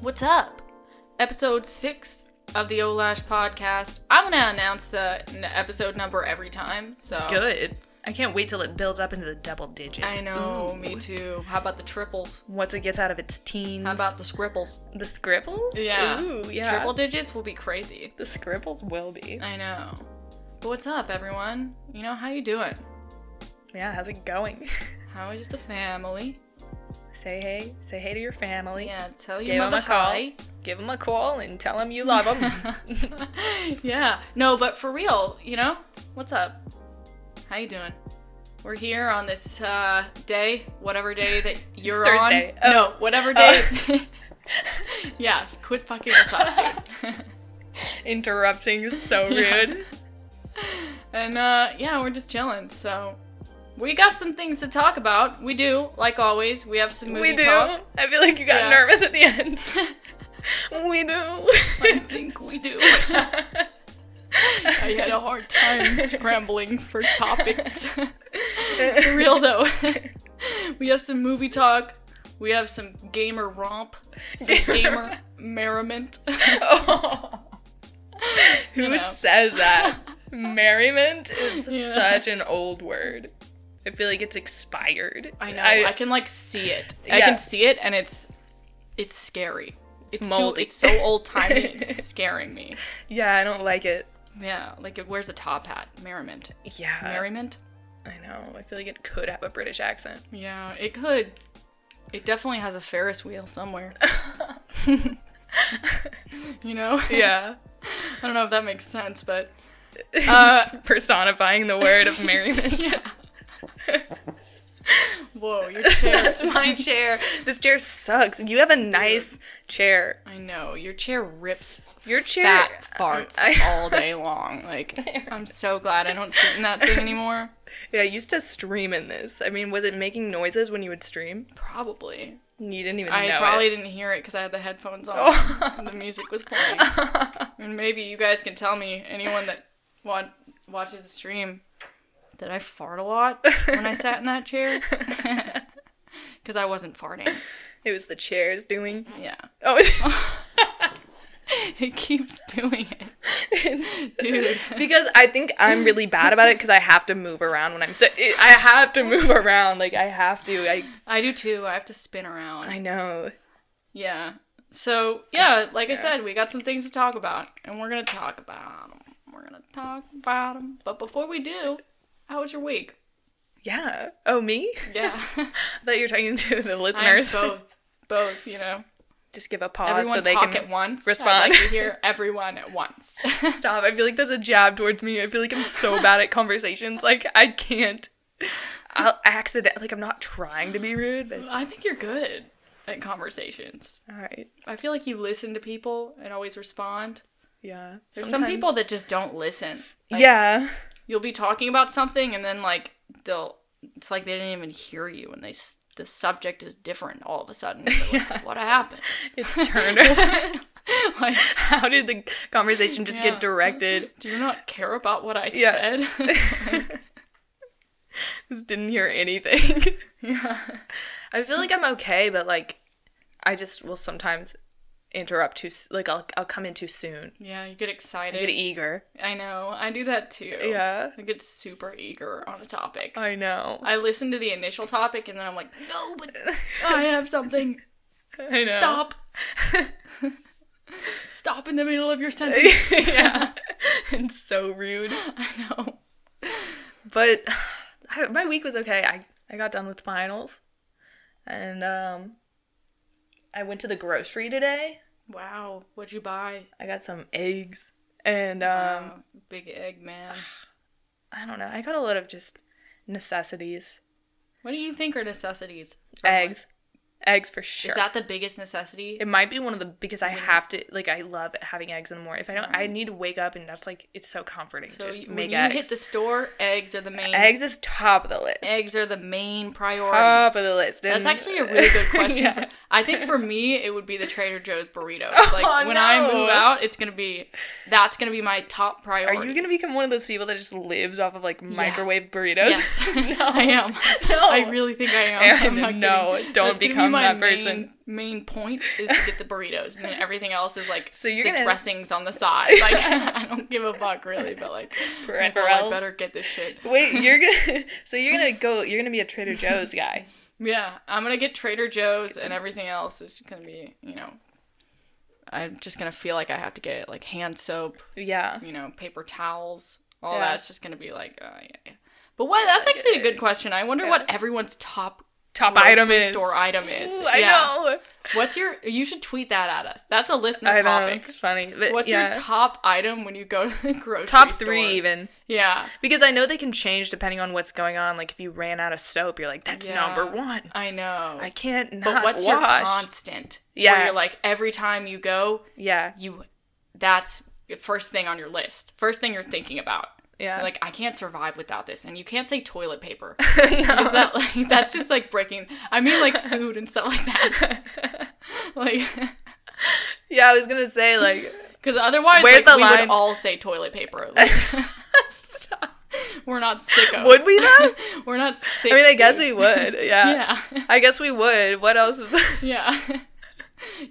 What's up? Episode six of the Olash podcast. I'm gonna announce the n- episode number every time. So Good. I can't wait till it builds up into the double digits. Oh. I know, me too. How about the triples? Once it gets out of its teens. How about the scripples? the scribbles? Yeah. Ooh, yeah. Triple digits will be crazy. the scribbles will be. I know. But what's up, everyone? You know, how you doing? Yeah, how's it going? How is the family? say hey. Say hey to your family. Yeah, tell your Give them mother a call. hi. Give them a call and tell them you love them. yeah. No, but for real, you know, what's up? How you doing? We're here on this uh, day, whatever day that you're Thursday. on. Oh. No, whatever day. yeah, quit fucking us up, dude. Interrupting is so Yeah. rude. and uh, yeah, we're just chilling. So we got some things to talk about. We do, like always. We have some movie we do. talk. I feel like you got Yeah. nervous at the end. we I do. think we do. I had a hard time scrambling for topics. For real though. we have some movie talk. We have some gamer romp. Some gamer merriment. Oh. Who You know. says that? Merriment is Yeah. such an old word. I feel like it's expired. I know. I, can like see it. I Yeah. can see it and it's it's scary. It's Too, moldy. it's so old timey. It's scaring me. yeah, I don't like it. Yeah, like it wears a top hat. Merriment. Yeah. Merriment? I know. I feel like it could have a British accent. Yeah, it could. It definitely has a Ferris wheel somewhere. you know? Yeah. I don't know if that makes sense, but Uh, Uh, personifying the word of merriment. yeah. Whoa, your chair. That's my chair. This chair sucks. You have a nice chair. I know. Your chair rips Your chair. fat farts I- all day long. Like, I'm so glad I don't sit in that thing anymore. Yeah, I used to stream in this. I mean, was it making noises when you would stream? Probably. You didn't even I know. probably it. didn't hear it because I had the headphones on and the music was playing. and maybe you guys can tell me, anyone that wa- watches the stream, that I fart a lot when I sat in that chair. Because I wasn't farting. It was the chairs doing. Yeah. Oh, It keeps doing it. Dude. because I think I'm really bad about it because I have to move around when I'm sick. I have to move around. Like I have to. I I do too. I have to spin around. I know. Yeah. So yeah, like I said, we got some things to talk about, and we're gonna talk about them. We're gonna talk about them. But before we do, how was your week? Yeah. Oh, me? Yeah, I thought you were talking to the I listeners. both, both. You know, Just give a pause everyone Oh, so they talk can at once. I'd respond. like to hear everyone at once. stop. I feel like that's a jab towards me. I feel like I'm so bad at conversations. Like I can't. I'll accident. Like I'm not trying to be rude, but I think you're good at conversations. all right. I feel like you listen to people and always respond. Yeah. There's some Sometimes- people that just don't listen. Like, yeah. you'll be talking about something and then like they'll it's like they didn't even hear you and they s- the subject is different all of a sudden They're like, what happened It's turned. like How did the conversation just Yeah. get directed? do you not care about what i Yeah. said just didn't hear anything. yeah. I feel like I'm okay, but like, I just will sometimes interrupt too. s- Like I'll I'll come in too soon. yeah Oh. you get I get excited eager. i know i do that too Yeah. i get super eager on a topic I know. i listen to the initial topic and then i'm like no but i have something I know. stop stop in the middle of your sentence yeah. it's so rude. i know But I, my week was okay. I I got done with finals, and um, I went to the grocery today. wow what'd you buy I got some eggs, and um, Wow, big egg man I don't know. I got a lot of just necessities. What do you think are necessities? eggs eggs for sure Uh-huh. Is that the biggest necessity? it might be one of the because i have to like i love having eggs in the morning if i don't i need to wake up and that's like it's so comforting Mm-hmm. So to just you- when make you eggs hit the store, eggs are the main. eggs is top of the list Eggs are the main priority. top of the list That's and- actually a really good question. Yeah. I think for me, it would be the Trader Joe's burrito. It's like Oh, when I no. move out, it's gonna be that's gonna be my top priority. are you gonna become one of those people that just lives off of like microwave burritos Yes, I am. I really think I am. Erin, I'm not no, kidding. don't That's gonna be become am my that person. main main point is to get the burritos, and then everything else is like So you're the gonna- dressings on the side. Like I don't give a fuck really, but like well, I Peripherals. better get this shit. Wait, you're gonna so you're gonna go. You're gonna be a Trader Joe's guy. Yeah, I'm gonna get Trader Joe's, and everything else is just gonna be you know. I'm just gonna feel like I have to get like hand soap, Yeah. you know, paper towels, all Yeah. that's just gonna be like, uh, yeah, yeah. But what? That's actually a good question. I wonder what everyone's top Top grocery item is. store item is. Ooh, I yeah. know. What's your? You should tweet that at us. That's a listener I know. topic. It's funny. But What's yeah. your top item when you go to the grocery top store? three even? Yeah, Because I know they can change depending on what's going on. Like if you ran out of soap, you're like, that's Yeah. number one. I know. I can't not but what's your wash. constant? Yeah. where you're like every time you go, yeah. you that's the first thing on your list. First thing you're thinking about. Yeah. You're like I can't survive without this, and you can't say toilet paper because that like that's just like breaking. I mean like food and stuff like that. like yeah, I was gonna say like because otherwise, Where's like, the we line? would all say toilet paper. Like, we're not sickos. would we though? We're not sick. I mean, I guess dude. we would. Yeah. Yeah. I guess we would. What else is? Yeah.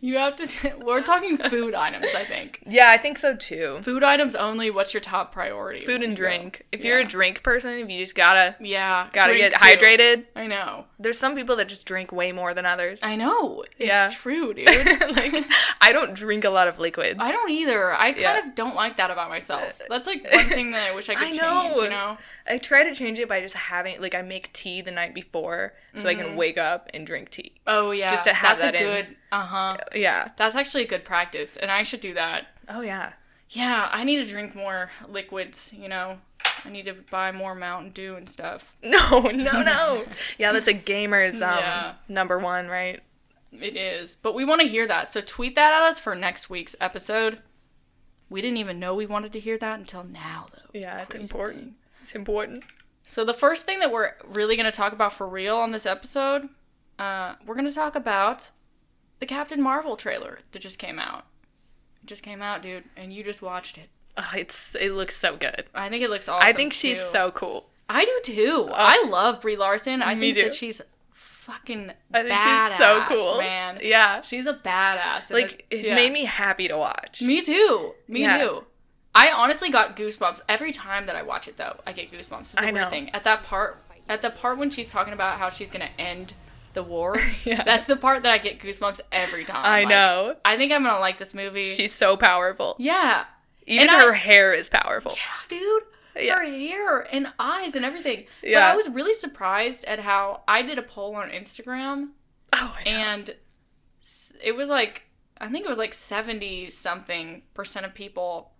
You have to. We're talking food items, I think. yeah, I think so too. Food items only. What's your top priority? Food and drink. If you're Yeah. a drink person, if you just gotta Yeah. gotta drink get too. hydrated. I know. There's some people that just drink way more than others. I know. It's Yeah. true, dude. like I don't drink a lot of liquids. I don't either. I kind Yeah. of don't like that about myself. That's like one thing that I wish I could I know. change. You know. I try to change it by just having like I make tea the night before so I Mm-hmm. can wake up and drink tea. Oh yeah. Just to have That's that a in. good. Uh huh. Yeah. That's actually a good practice, and I should do that. Oh yeah. Yeah, I need to drink more liquids. You know, I need to buy more Mountain Dew and stuff. No, no, no. yeah, that's a gamer's um Yeah. number one, right? It is. But we want to hear that. So tweet that at us for next week's episode. We didn't even know we wanted to hear that until now, though. It's Yeah, the it's crazy important. thing. It's important. So, the first thing that we're really going to talk about for real on this episode, uh, we're going to talk about the Captain Marvel trailer that just came out. It just came out, dude, and you just watched it. Oh, it's it looks so good. I think it looks awesome. I think she's too. so cool. I do too. I love Brie Larson. I Uh, Me think too. that she's fucking I think badass, she's so cool. man. Yeah. She's a badass. in this- Like it yeah. made me happy to watch. Me too. Me Yeah. too. I honestly got goosebumps every time that I watch it though. I get goosebumps. It's the I weird know. thing. At that part at the part when she's talking about how she's gonna end the war. Yeah. That's the part that I get goosebumps every time. I Like, know. I think I'm gonna like this movie. She's so powerful. yeah. Even and I- her hair is powerful. Yeah, dude. Yeah. Her hair and eyes and everything. But Yeah. I was really surprised at how I did a poll on Instagram Oh, I know. and s- it was like I think it was like 70 something percent of people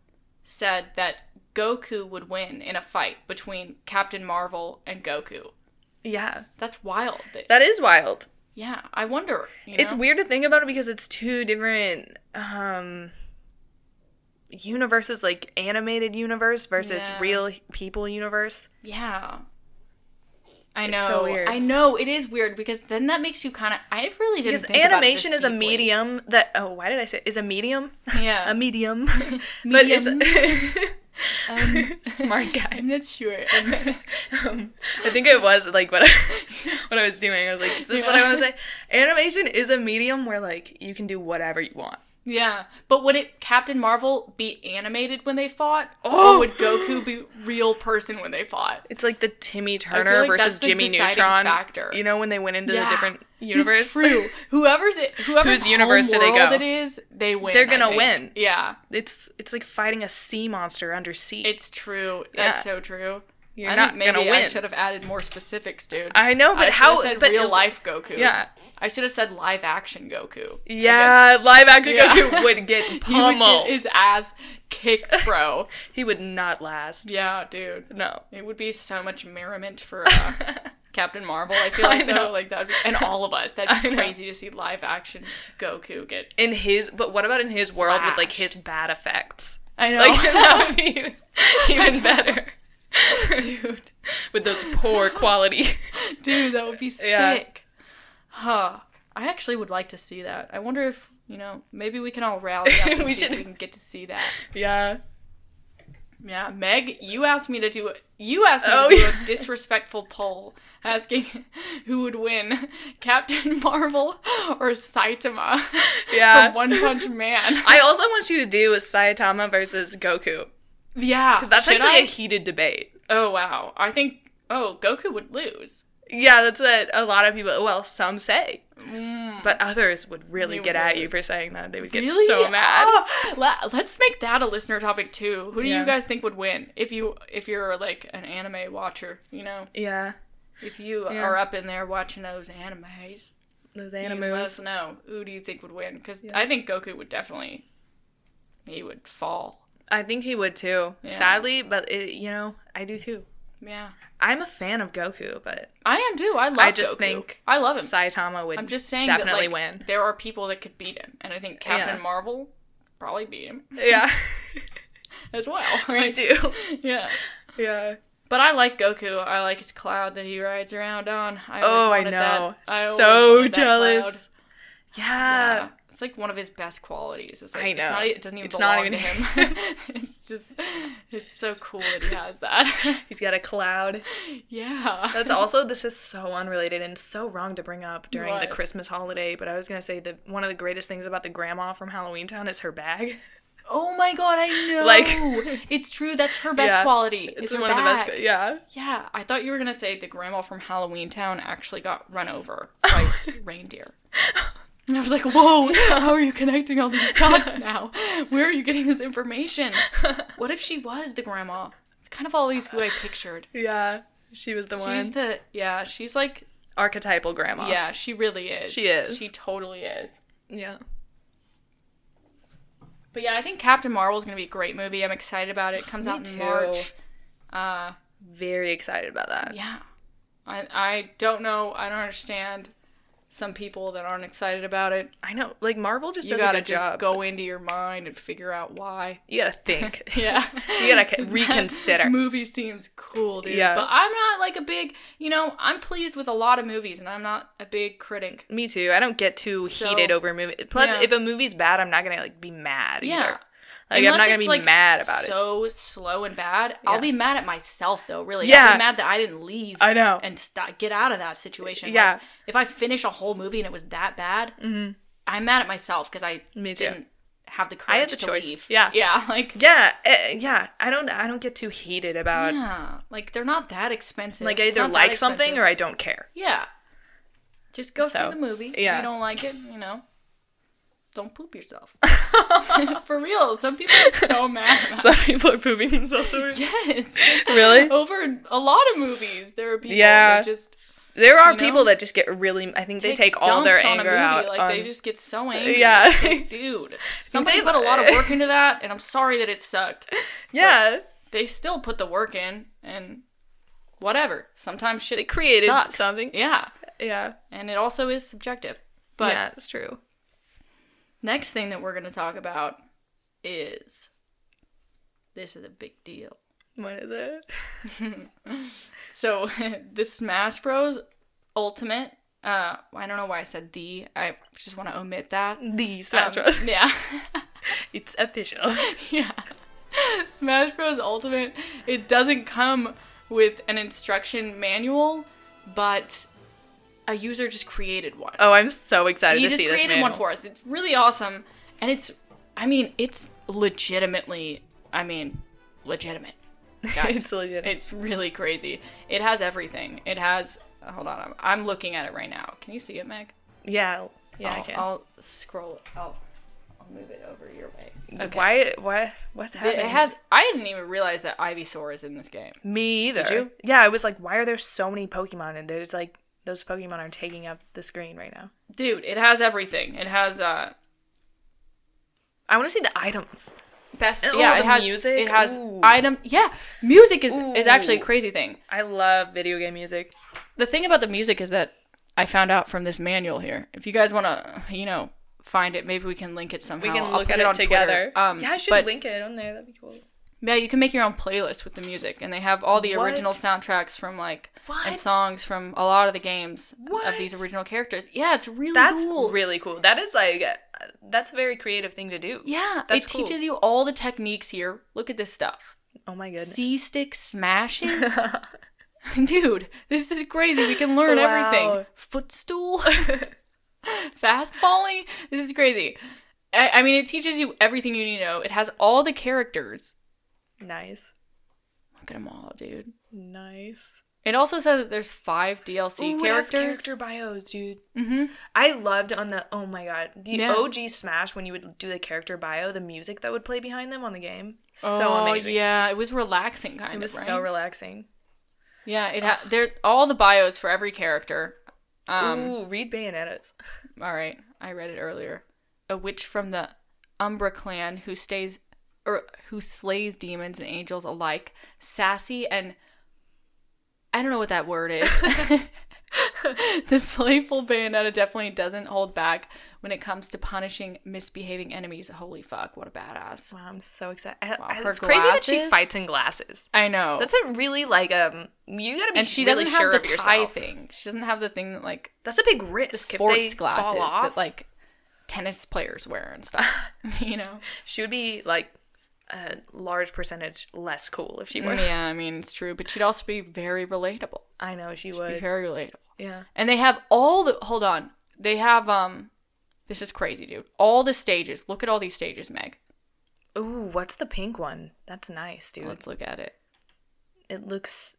said that Goku would win in a fight between Captain Marvel and Goku. yeah. That's wild. That- That is wild. yeah, I wonder. You It's know? weird to think about it because it's two different um universes like animated universe versus Yeah. real people universe. Yeah. I know. It's so weird. I know it is weird because then that makes you kind of. I really didn't. Because think about it animation this is a deeply. medium that oh, why did I say is a medium? Yeah. a medium. but it's Um, smart guy. I'm not sure. Um, I think it was like what I, what I was doing. I was like, is this what I Yeah. want to say? Animation is a medium where like you can do whatever you want. yeah, but would it Captain Marvel be animated when they fought, Oh! or would Goku be real person when they fought? It's like the Timmy feel Turner like that's versus the Jimmy deciding Neutron factor. You know when they went into Yeah, the different it's universe. true. Whoever's it, whoever's Whose universe home do they world go? It is they win. They're I gonna think. win. Yeah, It's it's like fighting a sea monster under sea. it's true. That's Yeah. so true. You're I not think maybe gonna I win. should have added more specifics, dude. I know, but I how? should have said but real life Goku. Yeah, I should have said live action Goku. yeah. Live action Yeah. Goku would get He would pummeled. get He would, his ass kicked, bro. not last. yeah, dude. No. It would be so much merriment for uh, Captain Marvel. I feel like know. though, like that, and all of us. That'd I be know. crazy to see live action Goku get. In his, but what about in his world with like his Slashed. bad effects? I know, Like that would be even better dude. with those poor quality. Dude, that would be Yeah. sick. Huh. I actually would like to see that. I wonder if you know, maybe we can all rally up and We see if should- we can get to see that. Yeah. Yeah, Meg, you asked me to do a, you asked me Oh, to do yeah. a disrespectful poll asking who would win, Captain Marvel or Saitama Yeah. from One Punch Man. I also want you to do a Saitama versus Goku. yeah, Because that's should actually a I? heated debate. oh wow, I think oh Goku would lose. Yeah, that's what a lot of people, well, some say. But others would really You get at you lose. for saying that. They would get Mm. Really? so mad. Oh, le- let's make that a listener topic too. Who do Yeah. you guys think would win if you if you're like an anime watcher? You know, Yeah, if you Yeah. are up in there watching those animes. those You Let us animals. know who do you think would win? Because I think Goku would definitely. He would fall. I think he would too. Yeah. Sadly, but it, you know, I do too. Yeah, I'm a fan of Goku, but I am too. I love. I just Goku. think I love him. Saitama would I'm just saying definitely that, like, win. There are people that could beat him, and I think Captain Yeah. Marvel probably beat him Yeah, as well. I Like, do. Yeah, Yeah. but I like Goku. I like his cloud that he rides around on. I always Oh, I wanted know. That. I always so wanted that jealous. cloud. Yeah. Yeah. It's like one of his best qualities. It's like, I It's know. not, e, it doesn't even It's not belong to even- him. it's just, it's so cool that he has that. He's got a cloud. Yeah. That's also this is so unrelated and so wrong to bring up during the What? Christmas holiday, but I was gonna say that one of the greatest things about the grandma from Halloween Town is her bag. Oh my god, I know. Like- it's true. That's her best Yeah. quality. It's It's her one bag. of the best yeah. Yeah, I thought you were gonna say the grandma from Halloween Town actually got run over by reindeer. And I was like, whoa, how are you connecting all these dots now? Where are you getting this information? What if she was the grandma? It's kind of always who I pictured. Yeah. She was the She's one the yeah, she's like archetypal grandma. yeah, she really is. She is. She totally is. Yeah. But yeah, I think Captain Marvel is gonna be a great movie. I'm excited about it. It comes Me out in too. March. Uh Very excited about that. Yeah. I I don't know. I don't understand some people that aren't excited about it. I know. Like Marvel just You does a gotta good just job. go into your mind and figure out why. You gotta think. Yeah. You gotta c- reconsider. movie seems cool, dude. Yeah. But I'm not like a big, you know, I'm pleased with a lot of movies and I'm not a big critic. Me too. I don't get too So- heated over a movie. Plus, Yeah. if a movie's bad, I'm not gonna like be mad. Yeah. Either. Like I'm not gonna be mad about it. So slow and bad. Yeah. I'll be mad at myself though, really. I'll Yeah. be mad that I didn't leave. I know. and st- get out of that situation. Like, Yeah. Mm-hmm. if I finish a whole movie and it was that bad, I'm mad at myself because I Me too. didn't have the courage the to choice. leave. Yeah. Yeah. Like. yeah, eh, yeah. I don't. I don't get too heated about Yeah. Like they're not that expensive. Like I either like something or I don't care. yeah. Just go So, see the movie. yeah. If you don't like it, you know. Don't poop yourself. For real, some people are so mad. About Some people are pooping themselves over. Yes. Really? Over a lot of movies, there are people Yeah. that just There are You know? people that just get really. I think they take all dumps their on a anger movie, out. Like they on- just get so angry. Yeah. It's like, dude, somebody put a lot of work into that, and I'm sorry that it sucked. yeah, They still put the work in, and whatever. Sometimes shit They created sucks. something. Yeah, yeah, and it also is subjective. But yeah. It's true. next thing that we're gonna talk about is this is a big deal. What is it? So the Smash Bros. Ultimate. Uh, I don't know why I said the. I just want to omit that. The Um, Smash yeah. It's official. yeah. Smash Bros. Ultimate, it doesn't come with an instruction manual, but a user just created one. Oh, I'm so excited he to just see this created one manual. for us. It's really awesome. And it's, I mean, it's legitimately, I mean, legitimate. Guys, It's legit. It's really crazy. It has everything. It has, hold on, I'm, I'm looking at it right now. Can you see it, Meg? yeah, yeah. I I'll, can. I'll scroll, I'll, I'll move it over your way. Okay. Why? Why? What's happening? It has. I didn't even realize that Ivysaur is in this game. Me either. you? Yeah, I was like, why are there so many Pokemon? And there's like those Pokemon are taking up the screen right now. Dude, it has everything. It has uh I want to see the items. best. And all yeah, it the has music. It has Ooh. item. Yeah, music is is actually a Ooh. crazy thing. I love video game music. The thing about the music is that I found out from this manual here. If you guys want to, you know, find it, maybe we can link it somehow. We can I'll look put at it it, on together. Twitter. Um, yeah, I should but, link it on there. That'd be cool. Yeah, you can make your own playlist with the music, and they have all the What? original soundtracks from like What? and songs from a lot of the games of What? these original characters. Yeah, it's really That's cool. really cool. That is like, uh, that's a very creative thing to do. Yeah, That's it cool. teaches you all the techniques here. Look at this stuff. Oh my goodness. C stick smashes? Dude, this is crazy. We can learn Wow. everything. Footstool, fast volley. This is crazy. I, I mean, it teaches you everything you need to know. It has all the characters. nice. Look at them all, dude. Nice. It also says that there's five DLC Ooh, it has characters. character bios, dude. hmm I loved on the oh my god the Yeah. OG Smash when you would do the character bio, the music that would play behind them on the game. So oh, amazing. yeah, it was relaxing, kind It of. was right? so relaxing. yeah, it had there all the bios for every character. Um, Ooh, read Bayonettas. All right, I read it earlier. A witch from the Umbra clan who stays or who slays demons and angels alike, sassy and I don't know what that word is. the playful Bayonetta definitely doesn't hold back when it comes to punishing misbehaving enemies. Holy fuck, what a badass. Wow, I'm so excited. I- I- her it's crazy that she glasses? fights in glasses. I know. That's a really like um you gotta be and she really doesn't sure have of the tie yourself. thing. She doesn't have the thing that like That's a big risk. if sports they glasses fall off, that like tennis players wear and stuff. you know? she would be like a large percentage less cool if she were. Mm, Yeah, I mean it's true, but she'd also be very relatable. I know she Be would. very relatable. Yeah. And they have all the hold on. They have um this is crazy, dude. All the stages. Look at all these stages, Meg. Ooh, what's the pink one? That's nice, dude. Let's look at it. It looks.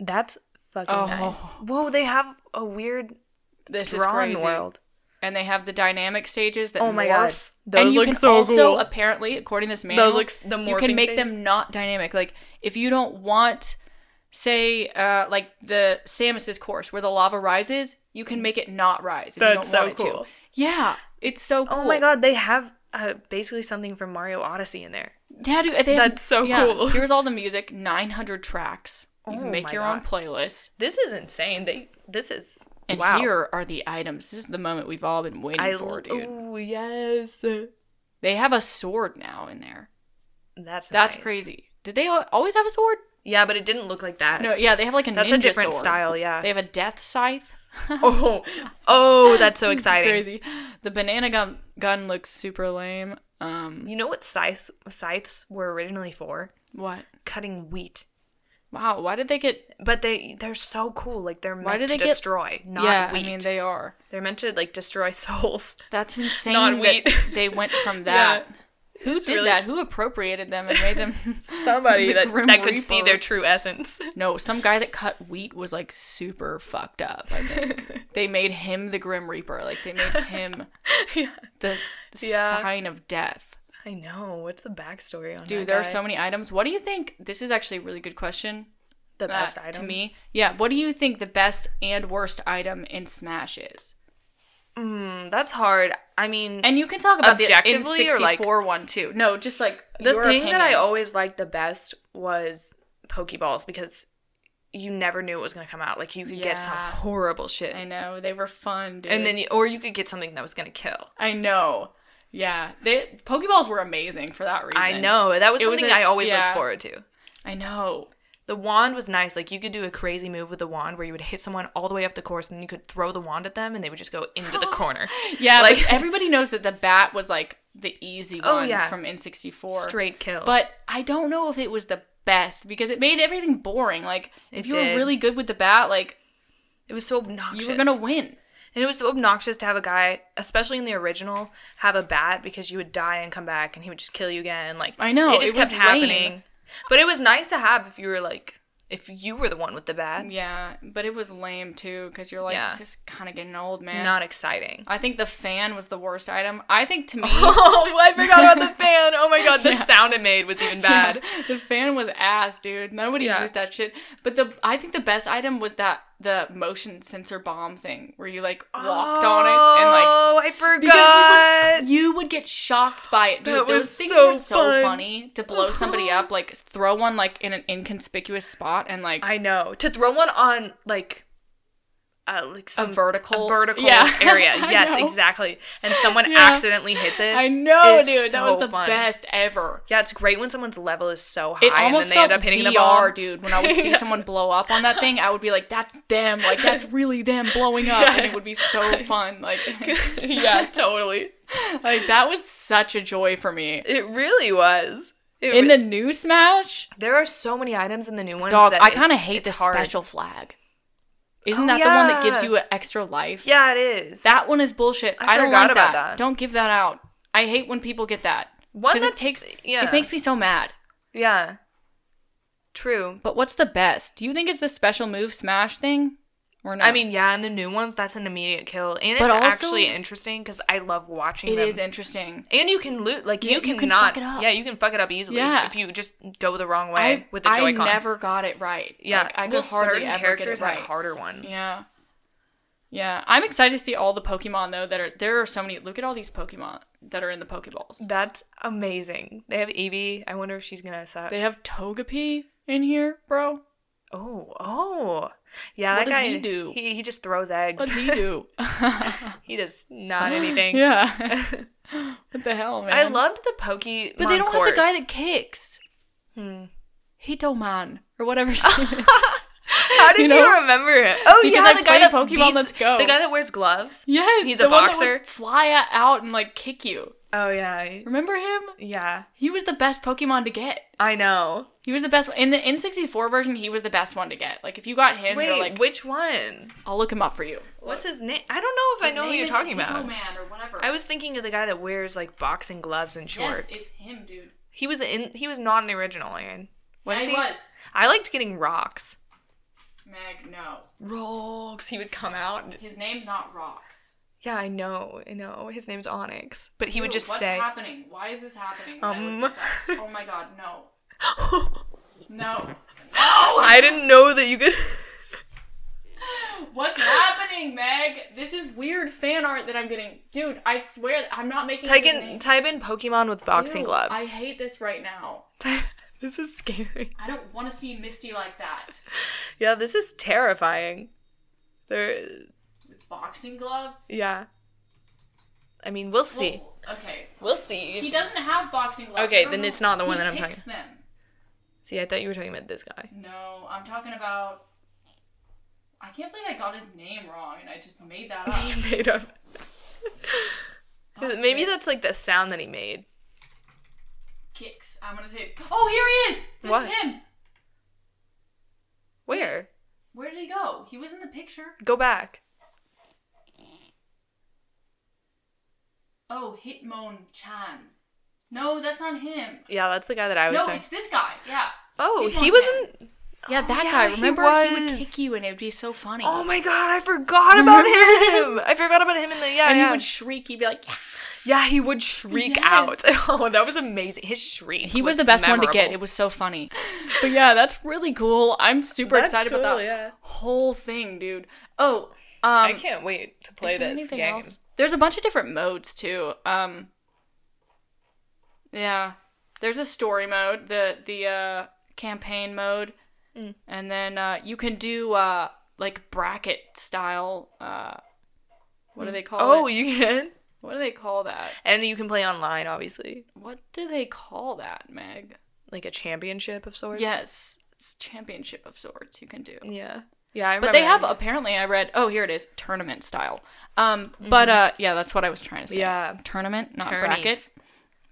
That's fucking Oh. nice. Whoa, they have a weird This is drawn crazy. world. And they have the dynamic stages that Oh my God. morph. Those and you look can so also cool. apparently, according to this manual, look s- the you can morphing make stages? them not dynamic. Like if you don't want, say, uh, like the Samus's course where the lava rises, you can make it not rise. If you Mm. That's don't so want it to. cool. Yeah, it's so cool. Oh my god, they have uh, basically something from Mario Odyssey in there. Yeah, dude, they have- That's so cool. Here's all the music, 900 tracks. You can Oh make my your own God. playlist. This is insane. They this is And wow. here are the items. This is the moment we've all been waiting I for, dude. oh yes, They have a sword now in there. that's That's nice. crazy. Did they al- always have a sword? Yeah, but it didn't look like that. No, yeah, they have like a that's ninja a different sword. style. Yeah. They have a death scythe. oh, oh, that's so It's exciting. crazy. The banana gun gun looks super lame. Um, You know what scythes, scythes were originally for? what? Cutting wheat. Wow, why did they get? But they they're so cool. Like they're meant did to they get- destroy, not yeah, wheat. I mean they are. They're meant to like destroy souls. That's insane. Not that wheat. they went from Yeah. that. Who did really- that? Who appropriated them and made them? Somebody The that, Grim that could see Reaper. their true essence. no, some guy that cut wheat was like super fucked up. I think they made him the Grim Reaper. Like they made him Yeah. the Yeah. sign of death. I know. What's the backstory on Dude, that there are guy? so many items. What do you think? This is actually a really good question. the uh, best item to me. Yeah. What do you think the best and worst item in Smash is? Mm, that's hard. I mean, And you can talk about Objectively the N64 or, like- one too. No, just like the your thing that I opinion. always liked the best was Pokeballs because you never knew it was gonna come out. Like you could get some Yeah. horrible shit, I know they were fun, dude. and then you, or you could get something that was gonna kill. I know. Yeah, they Pokeballs were amazing for that reason. I know that was It was something a- I always yeah. looked forward to. I know. The wand was nice. Like you could do a crazy move with the wand where you would hit someone all the way off the course, and then you could throw the wand at them, and they would just go into the corner. Yeah, like Like- everybody knows that the bat was like the easy one Oh, yeah. from N64. Straight kill. But I don't know if it was the best because it made everything boring. Like if It you did. were really good with the bat, like it was so obnoxious. you were gonna win. and it was so obnoxious to have a guy, especially in the original, have a bat because you would die and come back, and he would just kill you again. Like I know, it just it was kept lame. happening. But it was nice to have if you were like if you were the one with the bat. Yeah, but it was lame too because you're like Yeah. this is kind of getting old, man. Not exciting. I think the fan was the worst item. I think to me, oh, I forgot about the fan. Oh my god, the sound it made was even bad. the fan was ass, dude. Nobody Yeah. used that shit. But the I think the best item was that the motion sensor bomb thing where you like walked on it and like Oh, I forgot. because you would, you would get shocked by it, dude. That Those was things so were so fun. funny to blow somebody up, like throw one like in an inconspicuous spot and like I know. To throw one on like uh, like a some vertical, a vertical Yeah. area. I Yes, know. exactly. And someone Yeah. accidentally hits it. I know, is dude. that so was the fun. best ever. Yeah, it's great when someone's level is so high It almost and felt then they end up hitting VR, the ball. dude. When I would see someone blow up on that thing, I would be like, "That's them! Like that's really them blowing up," and it would be so fun. Like, yeah, totally. like that was such a joy for me. It really was. It In wa- the new Smash, there are so many items in the new ones. dog, that I kind of it's- hate it's the hard. special flag. Isn't Oh, that the one that yeah. gives you an extra life? Yeah, it is. That one is bullshit. I I, don't forgot like about that. that. Don't give that out. I hate when people get that. One Because it that's- takes yeah. it makes me so mad. Yeah. True. But what's the best? Do you think it's the special move smash thing? Or not? I mean, yeah, in the new ones, that's an immediate kill, and it's But also- actually interesting because I love watching. it them. is interesting. and you can loot like you, you can can not. fuck it up. Yeah, you can fuck it up easily Yeah. if you just go the wrong way I with the I Joy-Con. never got it right. yeah, Like, I could well, hardly certain ever get characters it right. have harder ones. Yeah. Yeah, I'm excited to see all the Pokemon though that are there are so many. Look at all these Pokemon that are in the Pokeballs. that's amazing. They have Evie. I wonder if she's gonna suck. They have Togepi in here, bro. oh, oh, yeah. What that does guy, he do? He, he just throws eggs. What do you do? he does not anything. yeah. what the hell, man? I loved the Pokey, But they don't have the guy that kicks. Hmm. Hitoman or whatever. his name is. How did you, you know? remember it? Oh Because yeah, I the guy play that Pokemon beats- Let's Go. The guy that wears gloves. yes, He's the a one that boxer. would fly out and like kick you. Oh yeah, Remember him? yeah. He was the best Pokemon to get. I know. He was the best in the N64 version. He was the best one to get. Like if you got him, you're Wait, like, which one? I'll look him up for you. What's his name? I don't know if I know who you're talking about. Man or whatever. I was thinking of the guy that wears like boxing gloves and shorts. him, dude. he was in. He was not in the original. Aaron. Was he? was. I liked getting rocks. Meg, no. Rocks. He would come out. And just- name's not Rocks. yeah, I know. I know. His name's Onyx, but he would just say. happening? Why is this happening? I look Um. this oh my god, no. No. I didn't know that you could. What's happening, Meg? This is weird fan art that I'm getting. Dude, I swear that I'm not making type these in names- type in Pokemon with boxing Ew, I gloves. hate this right now. this is scary. I don't want to see Misty like that. Yeah, this is terrifying. There, With boxing gloves? yeah. I mean, we'll see. Well, okay. We'll He see. doesn't have boxing gloves. Okay, I don't then know. it's not the He one that I'm kicks Them. See, I thought you were talking about this guy. No, I'm talking about. I can't believe I got his name wrong and I just made that up. He made up. Maybe that's like the sound that he made. Kicks. I'm gonna say. Oh, here he is. This is What? him. Where? Where did he go? He was in the picture. Go back. Oh, Hitmon Chan. No, that's not him. Yeah, that's the guy that I was No, talking. it's this guy. Yeah. Oh, Hitmonchan. he wasn't. Yeah, that Oh, yeah, guy. he Remember, he, would was. kick you, and it would be so funny. Oh my god, I forgot about him. I forgot about him in the yeah. and yeah. he would shriek. He'd be like, yeah. Yeah, he would shriek Yes. out. Oh, that was amazing. His shriek. He was the best one to get. memorable. It was so funny. But yeah, that's really cool. I'm super That's excited about cool, that yeah. whole thing, dude. Oh, um, I can't wait to play Is there this anything game. else? There's a bunch of different modes too. Um, yeah, there's a story mode, the the uh, campaign mode, Mm. and then uh, you can do uh, like bracket style. Uh, what do they call Oh, it? you can. What do they call that? And you can play online, obviously, What do they call that, Meg? like a championship of sorts. Yes, it's championship of sorts. You can do. Yeah. Yeah. I remember But they that. have apparently I read oh here it is tournament style. Um Mm-hmm. but uh yeah that's what I was trying to say. Yeah. Tournament, not Tourneys. bracket.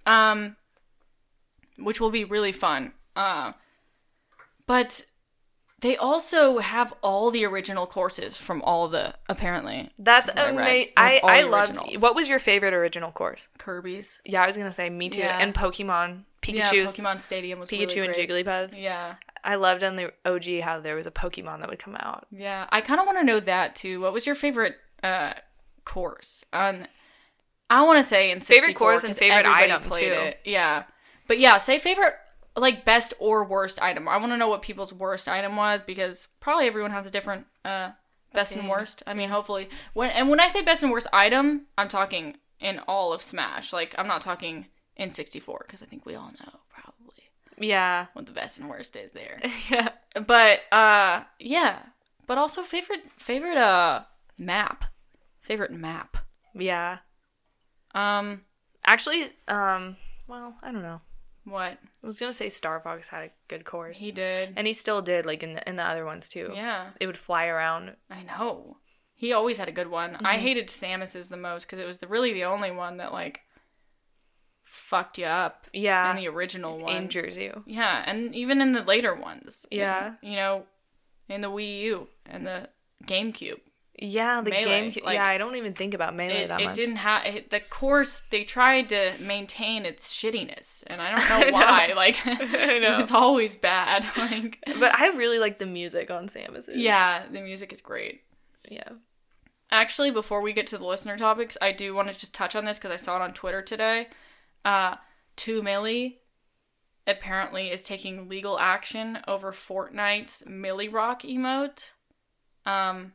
Um which will be really fun. Uh but they also have all the original courses from all the apparently That's I read, amazing. of I all I the loved. originals. What was your favorite original course? Kirby's. Yeah, I was gonna say me too. Yeah. And Pokemon, Yeah, Pikachu's, Pokemon Stadium was Pikachu really and great. Jigglypuffs. Yeah. I loved on the OG how there was a Pokemon that would come out. Yeah, I kind of want to know that too. What was your favorite uh course? On I want to say in 64, Favorite course and 'cause favorite everybody item, played too. it. Yeah, but yeah, say favorite like best or worst item. I want to know what people's worst item was because probably everyone has a different uh best and worst. I mean, hopefully when and when I say best and worst item, I'm talking in all of Smash. Like I'm not talking in 64 because I think we all know probably Yeah. what the best and worst is there Yeah. but uh yeah but also favorite favorite uh map favorite map Yeah. um Actually, um, well, I don't know. what I was gonna say Star Fox had a good course. he did and he still did like in the in the other ones too. yeah It would fly around. i know he always had a Mm-hmm. good one i hated samus's the most because it was the, really the only one that like fucked you up Yeah. in the original one. Injures you. Yeah, and even in the later ones. Yeah. You know, in the Wii U and the GameCube. Yeah, the Melee, game. like- yeah, I don't even think about melee It, that it much. didn't have the course. They tried to maintain its shittiness, and I don't I know know. why. Like know. it was always bad. Like But I really like the music on Samus. yeah, the music is great. Yeah. Actually, before we get to the listener topics, I do want to just touch on this because I saw it on Twitter today. Uh, Two Millie apparently is taking legal action over Fortnite's Millie Rock emote. Um,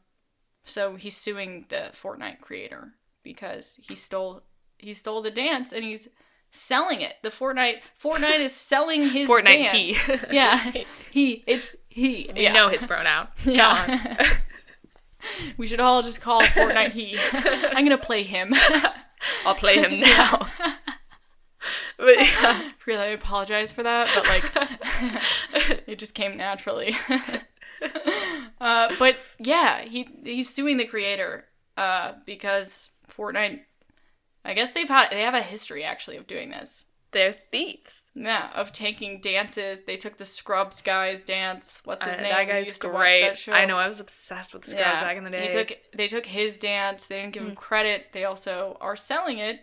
so he's suing the Fortnite creator because he stole he stole the dance and he's selling it. The Fortnite Fortnite is selling his Fortnite dance. he. yeah, he. It's he. You yeah. know his pronoun. Yeah. we should all just call Fortnite he. I'm gonna play him. I'll play him now. but yeah, really, I apologize for that, but like, it just came naturally. uh, but yeah, he he's suing the creator uh, because Fortnite. I guess they've had they have a history actually of doing this. they're thieves. Yeah, of taking dances. They took the Scrubs guy's dance. What's his Uh, name? that We guy's used to watch great. that show. I know. I was obsessed with Scrubs back in the day. Mm. He took they took his dance. They didn't give him credit. They also are selling it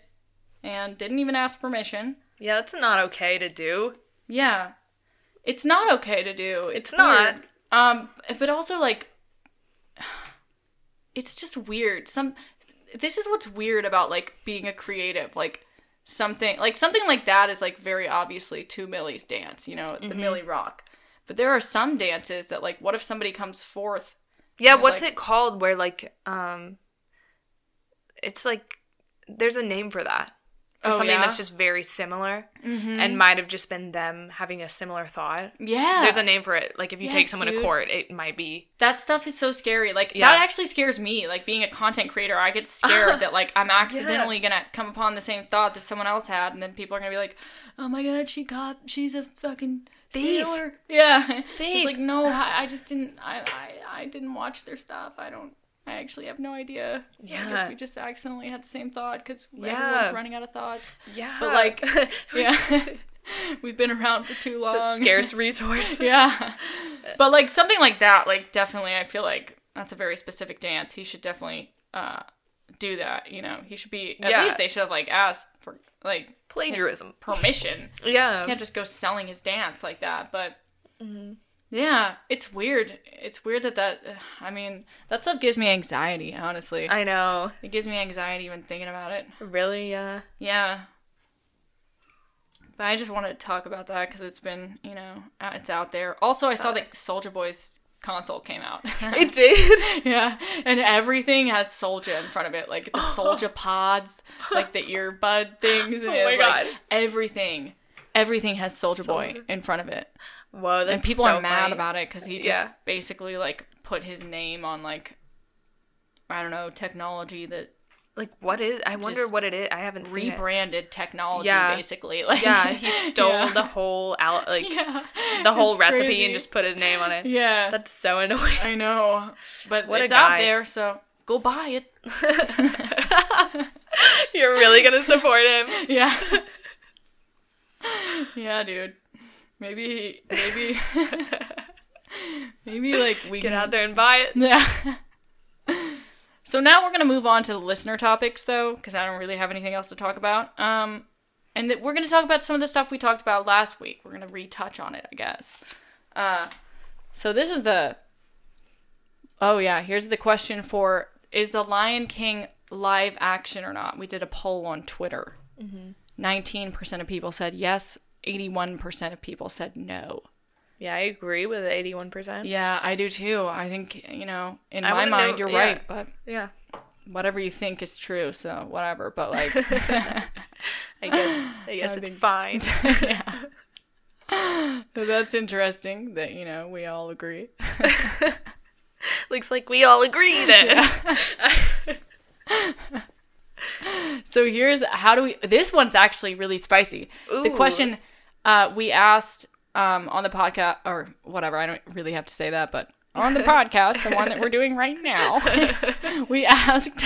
and didn't even ask permission. yeah, that's not okay to do. Yeah. It's not okay to do. It's, It's not. weird. Um but also like it's just weird. Some this is what's weird about like being a creative. Like something like something like that is like very obviously two Millie's dance, you know, Mm-hmm. the Millie rock. But there are some dances that like what if somebody comes forth Yeah, was what's like- it called? Where like, um, it's like there's a name for that for Oh, something yeah? Mm-hmm. that's just very similar and might have just been them having a similar thought. Yeah. There's a name for it. Like if you take Yes, someone dude. to court, it might be that stuff is so scary. Like Yeah. that actually scares me. Like being a content creator, I get scared that like I'm accidentally gonna come upon the same thought that someone else had, and then people are gonna be like, "Oh my god, she cop, she's a fucking Thief. stealer." Yeah, Thief. It's like no, I, I just didn't. I, I I didn't watch their stuff. I don't. I actually have no idea. I Yeah. guess we just accidentally had the same thought because Yeah. everyone's running out of thoughts. yeah, But like, yeah, we've been around for too long. it's a scarce resource. yeah. But like something like that, like definitely I feel like that's a very specific dance. He should definitely uh do that, you know. He should be at Yeah. least they should have like asked for like Plagiarism. permission. Yeah, Can't just go selling his dance like that, but yeah, it's weird. It's weird that that I mean, that stuff gives me anxiety, honestly. I know. it gives me anxiety even thinking about it. Really? uh, Yeah. Yeah. But I just wanted to talk about that because it's been, you know, uh, it's out there. Also, I saw that Soldier Boy's console came out. It did. yeah, and everything has Soldier in front of it, like the Soldier pods, like the earbud things. And Oh my it, like, God. Everything, everything has Soldier Boy Soulja. in front of it, Whoa, that's and people so are mad funny. about it because he just Yeah. basically like put his name on like, I don't know, technology that Like, what is? I wonder Just what it is. I haven't seen it. rebranded technology Yeah. basically like Yeah, he stole Yeah. the whole out, like yeah the whole It's recipe, crazy. and just put his name on it. yeah That's so annoying. i know but What a it's out guy. there so go buy it You're really gonna support him? yeah yeah dude maybe maybe maybe like we Get can out there and buy it. yeah so now we're gonna move on to the listener topics though because i don't really have anything else to talk about um and that we're gonna talk about some of the stuff we talked about last week we're gonna retouch on it i guess Uh, So this is the Oh yeah, here's the question for is the Lion King live action or not? We did a poll on Twitter. Mm-hmm. 19% of people said yes, 81% of people said no. Yeah, I agree with eighty-one percent. Yeah, I do too. I think, you know, in I my wanna know- mind you're yeah. right, but Yeah, whatever you think is true, so whatever, but like I guess. I guess it's fine. yeah. That's interesting that, you know, we all agree. Looks like we all agree then. So here's how do we. This one's actually really spicy. The Ooh. question uh, we asked um, on the podcast or whatever. I don't really have to say that, but on the podcast, the one that we're doing right now, we asked,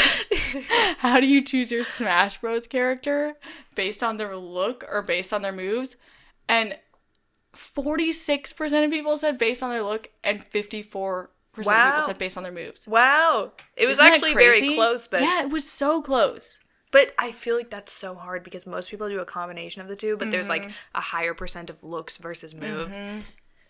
how do you choose your Smash Bros character based on their look or based on their moves? And 46% of people said based on their look, and 54% of Wow. people said based on their moves. Wow. It was Isn't that actually very crazy? close, but Yeah, it was so close. but I feel like that's so hard because most people do a combination of the two, but there's like Mm-hmm. a higher percent of looks versus moves.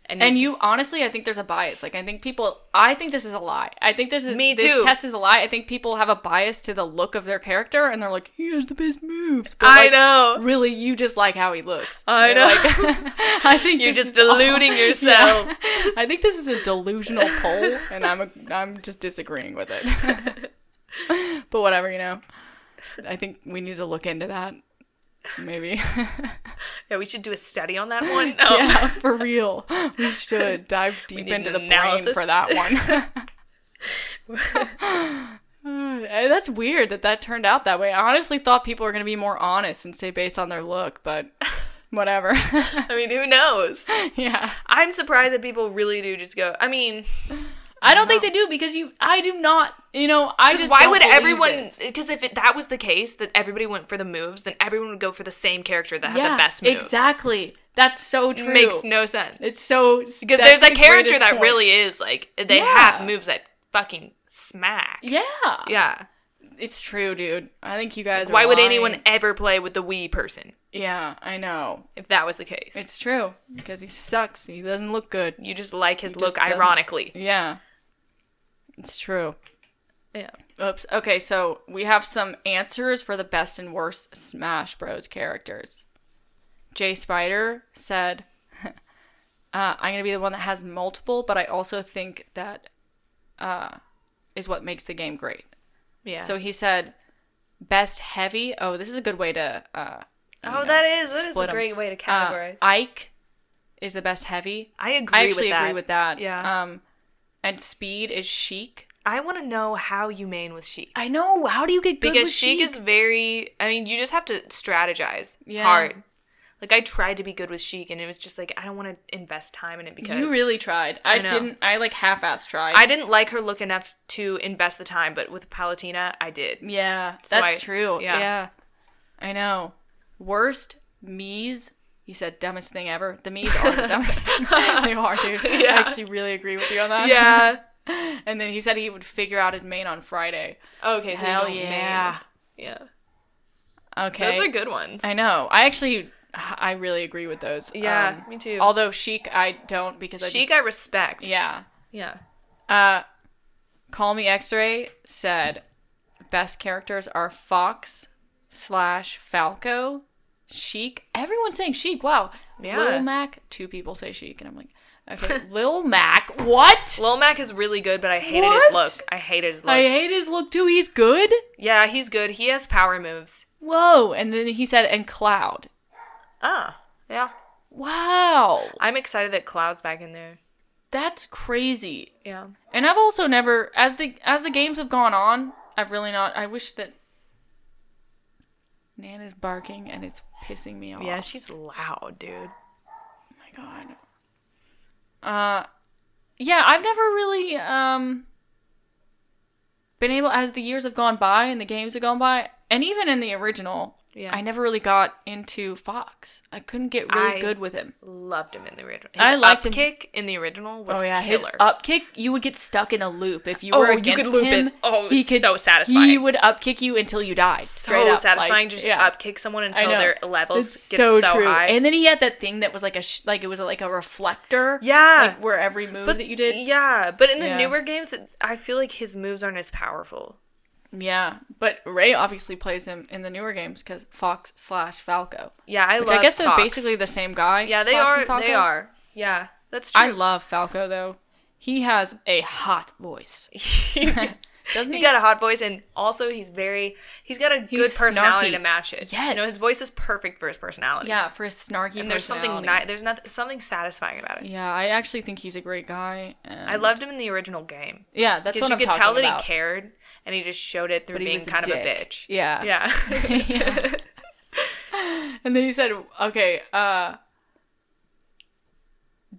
And you it's- honestly, I think there's a bias. Like I think people, I think this is a lie. I think this is Me too. This test is a lie. I think people have a bias to the look of their character, and they're like, he has the best moves. But I like, know. Really, you just like how he looks. I You're know. like- I think You're this just is all- deluding yourself. Yeah. I think this is a delusional poll, and I'm a, I'm just disagreeing with it. but whatever, you know. I think we need to look into that. Maybe. Yeah, we should do a study on that one. Um, Yeah, for real. We should dive deep need into an the brain analysis. for that one. Uh, That's weird that that turned out that way. I honestly thought people were going to be more honest and say based on their look, but whatever. I mean, who knows? yeah. I'm surprised that people really do just go. I mean, I don't think they do because you I do not, you know, I just why don't would believe everyone? this. Because if it, that was the case, that everybody went for the moves, then everyone would go for the same character that had the best moves. Exactly. That's so true. Makes no sense. it's so because that's there's a the character greatest that point. really is like they Yeah. have moves that fucking smack. yeah. Yeah. It's true, dude. I think you guys are Why would lying. anyone ever play with the Wii person Yeah, I know. if that was the case? It's true because he sucks. He doesn't look good. you just like his just look doesn't- ironically. Yeah, it's true. Yeah. Oops. Okay, so we have some answers for the best and worst Smash Bros. characters. Jay Spider said, uh, "I'm gonna be the one that has multiple, but I also think that uh, is what makes the game great." Yeah. So he said, "Best heavy." Oh, this is a good way to uh, oh, that is that is split a 'em. great way to uh, categorize. Ike is the best heavy. I agree. I actually with that. agree with that. Yeah. Um, and speed is chic. I want to know how you main with Sheik. I know. How do you get good because Sheik is very. I mean, you just have to strategize Yeah. hard. Like I tried to be good with Sheik, and it was just like I don't want to invest time in it because You really tried. I, I know. didn't. I like half-ass tried. I didn't like her look enough to invest the time. But with Palatina, I did. yeah, So that's I- true. Yeah. yeah. I know. Worst me's. He said, "Dumbest thing ever." The me's are the dumbest. thing. they are, dude. I Yeah. actually really agree with you on that. Yeah. And then he said he would figure out his main on Friday. okay. So you Hell don't main. yeah. Yeah. Okay. Those are good ones. I know. I actually, I really agree with those. Um, Yeah, me too. Although chic, I don't because I Sheik, just I respect. yeah. Yeah. Uh, Call Me X-Ray said, best characters are Fox slash Falco, Sheik. Everyone's saying Sheik. Wow. Yeah. Lil Mac. Two people say Sheik, and I'm like, okay, Lil Mac. What? Lil Mac is really good, but I hated What? his look. I hated his look. I hate his look too. He's good. yeah, he's good. He has power moves. Whoa. And then he said, and Cloud. Ah, yeah. Wow. I'm excited that Cloud's back in there. That's crazy. Yeah. And I've also never as the as the games have gone on, I've really not I wish that Nan is barking and it's pissing me off. Yeah, she's loud, dude. Oh my god. Uh yeah, I've never really um been able as the years have gone by and the games have gone by and even in the original, Yeah. I never really got into Fox. I couldn't get really I- good with him. Loved him in the original. His I liked him. kick in the original was Oh yeah, his killer. up kick, you would get stuck in a loop if you Oh, were you could against loop him. it. Oh, it was he could, so satisfying. He would up kick you until you died. straight so up, satisfying like, just yeah. up kick someone I until know. their levels It's get so, high. And then he had that thing that was like a sh- like it was like a reflector. Yeah. like where every move that you did. Yeah, but in the Yeah. newer games, I feel like his moves aren't as powerful. Yeah, but Ray obviously plays him in the newer games because Fox slash Falco. Yeah, I Which love. I guess they're Fox. basically the same guy. Yeah, they Fox are. and Falco. They are. Yeah, that's true. I love Falco though. He has a hot voice. Doesn't he? He's got a hot voice, and also he's very. He's got a good personality snarky. to match it. you know Yes. his voice is perfect for his personality. yeah, for his snarky. and there's something personality. ni- there's nothing something satisfying about it. Yeah, I actually think he's a great guy. And I loved him in the original game Yeah, that's what because you I'm could talking tell that about. he cared, and he just showed it through he being was a kind of a dick. bitch. Yeah. yeah, Yeah. And then he said, "Okay, uh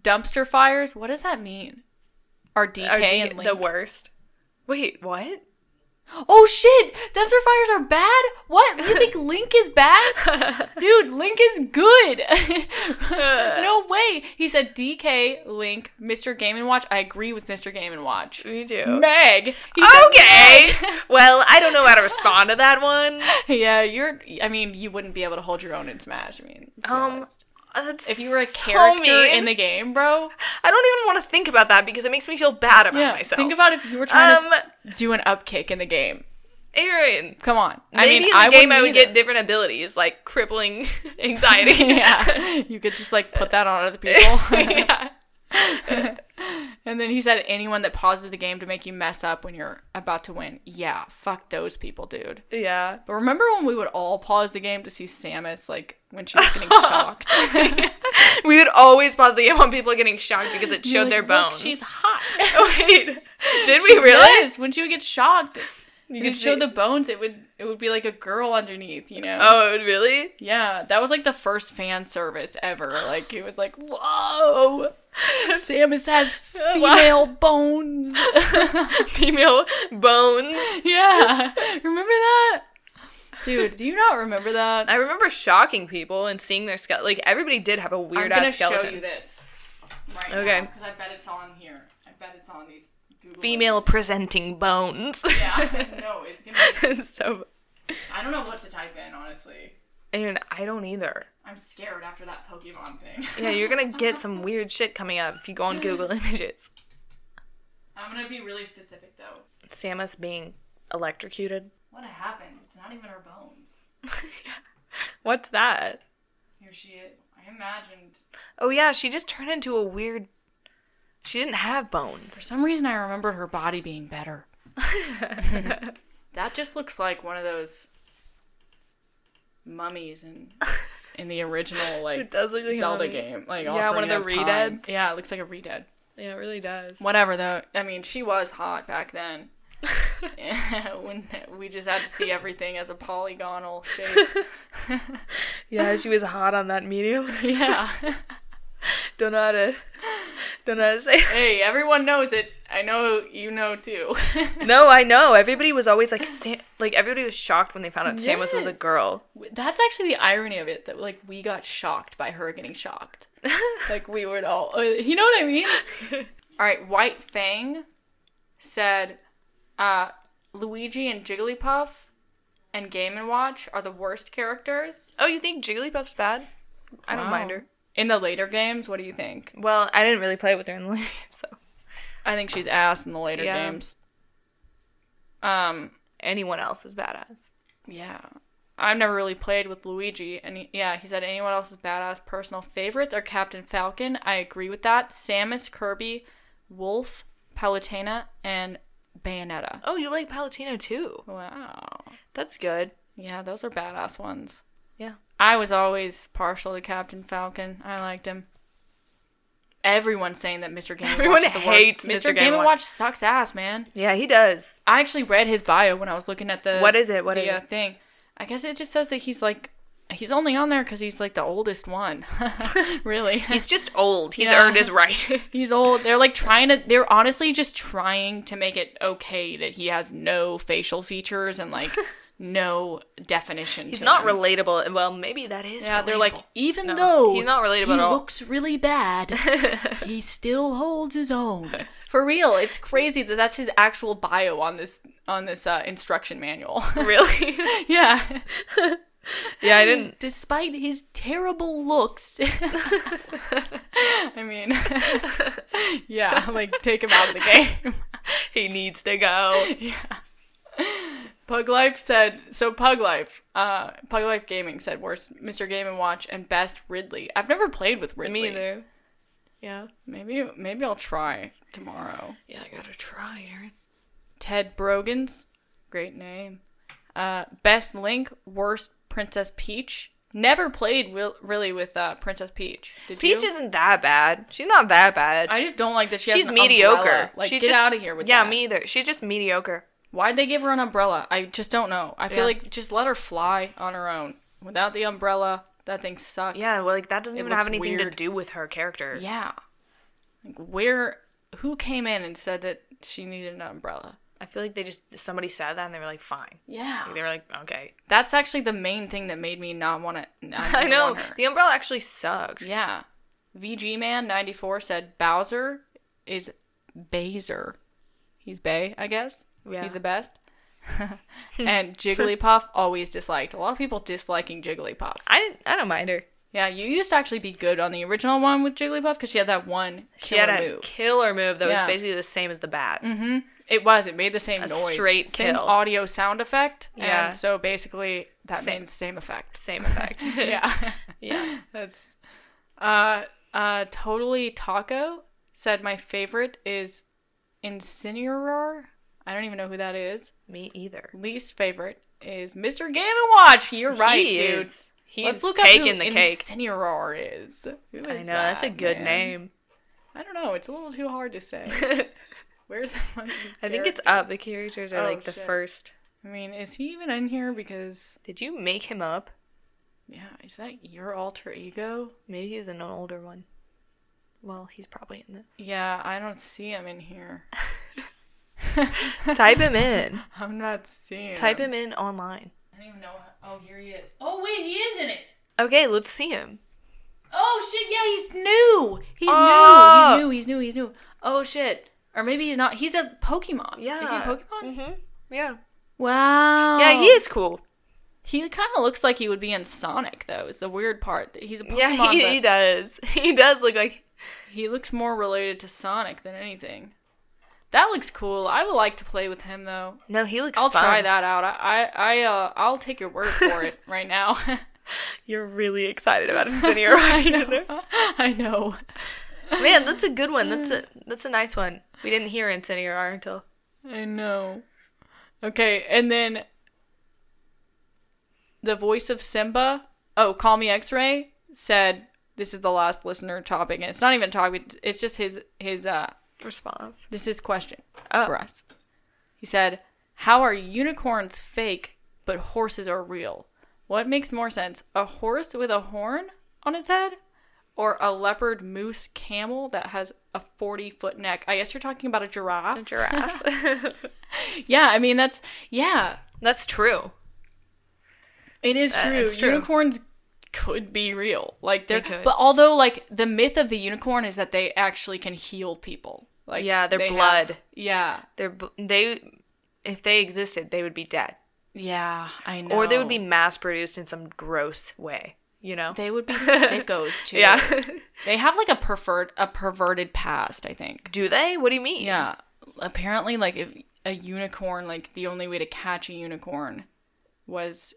dumpster fires. What does that mean? Are DK Are D- and Link. the worst. Wait, what? Oh shit! Dumpster fires are bad? What? You think Link is bad? Dude, Link is good! no way! He said DK, Link, Mr. Game & Watch. I agree with Mr. Game & Watch. Me too. Meg! He okay. well, I don't know how to respond to that one. Meg. yeah, you're, I mean, you wouldn't be able to hold your own in Smash. I mean, to be Um, honest. that's if you were a so character mean. in the game, bro, I don't even want to think about that because it makes me feel bad about yeah, myself. think about if you were trying um, to do an upkick in the game. Aaron. Come on. Maybe I mean, in the I game wouldn't I would either. get different abilities like crippling anxiety. yeah, you could just like put that on other people. yeah. And then he said, anyone that pauses the game to make you mess up when you're about to win. Yeah, fuck those people, dude. Yeah. But remember when we would all pause the game to see Samus, like, when she was getting shocked? We would always pause the game on people getting shocked because it showed Like, their "Look, bones. she's hot. Oh, wait. Did we really? Yes, when she would get shocked, you could could show see- the bones, it would it would be like a girl underneath, you know? Oh, really? Yeah, that was like the first fan service ever. Like, it was like, whoa, Samus has female bones. Female bones. Yeah. Remember that? Dude, do you not remember that? I remember shocking people and seeing their skull. Like everybody did have a weird ass skeleton. this. Right Okay. Because I bet it's on here. I bet it's on these Google. Female presenting bones. no, it's gonna so, I don't know what to type in, honestly. and I don't either. I'm scared after that Pokemon thing. Yeah, you're gonna get some weird shit coming up if you go on Google Images. I'm gonna be really specific though. Samus being electrocuted. What happened? It's not even her bones. What's that? Here she is. I imagined. Oh yeah, she just turned into a weird. She didn't have bones. For some reason, I remembered her body being better. that just looks like one of those mummies in in the original like does look like a Zelda mummy. game, like Yeah, one of Ocarina the Time. redeads. Yeah, it looks like a redead. Yeah, it really does. Whatever though. I mean, she was hot back then. when we just had to see everything as a polygonal shape. Yeah, she was hot on that medium. Yeah. Don't know how to. Don't know how to say. hey, everyone knows it. I know you know too. No, I know. Everybody was always like, Sam- like everybody was shocked when they found out Samus was a Yes. girl. That's actually the irony of it that like we got shocked by her getting shocked. like we would all, uh, you know what I mean? all right, White Fang said, uh, Luigi and Jigglypuff and Game and Watch are the worst characters Oh, you think Jigglypuff's bad? I don't mind Wow. her. in the later games. What do you think? Well, I didn't really play with her in the game, so I think she's ass in the later Yeah. games. Um, anyone else is badass. Yeah. I've never really played with Luigi, and he, yeah, he said anyone else's badass personal favorites are Captain Falcon. I agree with that. Samus, Kirby, Wolf, Palutena, and Bayonetta. Oh, you like Palutino too? Wow. That's good. Yeah, those are badass ones. Yeah. I was always partial to Captain Falcon. I liked him. Everyone's saying that Mr. Game Everyone Watch is the hates worst. Mr. Game Game Watch. Watch sucks ass, man. Yeah, he does. I actually read his bio when I was looking at the What is it? What the is uh, it? thing? I guess it just says that he's like he's only on there because he's like the oldest one. really, He's just old. He's Yeah. earned his right. he's old. They're like trying to. They're honestly just trying to make it okay that he has no facial features and like no definition. He's to not him. relatable. and Well, maybe that is. Yeah, they're relatable. like even No, though he's not relatable he at all. looks really bad, he still holds his own. For real, it's crazy that that's his actual bio on this on this uh, instruction manual. really. yeah. yeah, I didn't. despite his terrible looks. I mean, yeah, like take him out of the game. He needs to go. Pug Life said so. Pug Life, uh, Pug Life Gaming said worst Mr. Game and Watch and best Ridley. I've never played with Ridley. Me either. Yeah. Maybe maybe I'll try tomorrow. Yeah, I gotta try, Aaron. Ted Brogans, great name. Uh, best Link, worst Princess Peach. Never played will really with uh, Princess Peach. Did you? Peach isn't that bad. She's not that bad. I just don't like that she has She's an mediocre. umbrella. Like, she get just, out of here with yeah, that. me either. She's just mediocre. Why'd they give her an umbrella? I just don't know. I feel Yeah. like just let her fly on her own. Without the umbrella, that thing sucks. Yeah, well, like that doesn't It even have looks anything weird. to do with her character. Yeah. Like, where who came in and said that she needed an umbrella? I feel like they just somebody said that and they were like, fine. Like, Yeah. they were like, okay. That's actually the main thing that made me not want to. I know the umbrella actually sucks. Yeah. VG Man 94 said Bowser is Baser. He's Bay, I guess. Yeah. Hmm. He's the best. and Jigglypuff always disliked. A lot of people disliking Jigglypuff. I didn't, I don't mind her. Yeah, you used to actually be good on the original one with Jigglypuff because she had that one She killer had a move. killer move that was Yeah. basically the same as the bat. It was. It made the same A noise. straight same kill. audio sound effect. Yeah. And so basically that Same. made the same effect. Same effect. Yeah. yeah. That's uh uh totally taco said my favorite is Incineroar. I don't even know who that is. Me either. Least favorite is Mr. Game and Watch. You're right, he dude. Is, he's Let's look taking up the who cake. Incineroar is. Who is I know that's a that, good man? name. I don't know. It's a little too hard to say. Where's the fucking I think it's character? up. The characters are Oh, like the shit. first. I mean, is he even in here? Because Did you make him up? yeah, is that your alter ego? Maybe he's an older one. Well, he's probably in Yeah, I don't see him in here. this. Type him in. I'm not seeing. Type him in online. I don't even know. How, oh, here he is. Oh wait, he is in it. Okay, let's see him. Oh shit! Yeah, he's new. He's Oh! new. He's new. He's new. He's new. Oh shit! Or maybe he's not. He's a Pokemon. Yeah. Is he a Pokemon? Mm-hmm. Yeah. Wow. Yeah, he is cool. He kind of looks like he would be in Sonic, though. Is the weird part. He's a Pokemon, yeah, he, Oh, but he does. He does look like. he looks more related to Sonic than anything. That looks cool. I would like to play with him, though. No, he looks. I'll fun. try that out. I, I, I uh, I'll take your word for it right now. You're really excited about him sitting right in there. I know. Man, that's a good one. That's a that's a nice one. We didn't hear Incineroar until I know. Okay, and then the voice of Simba, oh, Call Me X-Ray, said this is the last listener topic, and it's not even topic. it's- It's just his his uh response. this is question Oh. for us. He said, "How are unicorns fake but horses are real? What makes more sense, a horse with a horn on its head?" Or a leopard, moose, camel that has a forty foot neck. I guess you're talking about a giraffe. Giraffe. Yeah, I mean that's yeah, that's true. it is true. Uh, it's true. Unicorns could be real, like they're. They could. But although, like the myth of the unicorn is that they actually can heal people. Like Yeah, their they have- blood. yeah, They're b- they if they existed, they would be dead, yeah, I know. or they would be mass produced in some gross way. You know. They would be sickos too. yeah. they have like a pervert a perverted past. I think. Do they? What do you mean? Yeah, apparently, like if a unicorn, like the only way to catch a unicorn was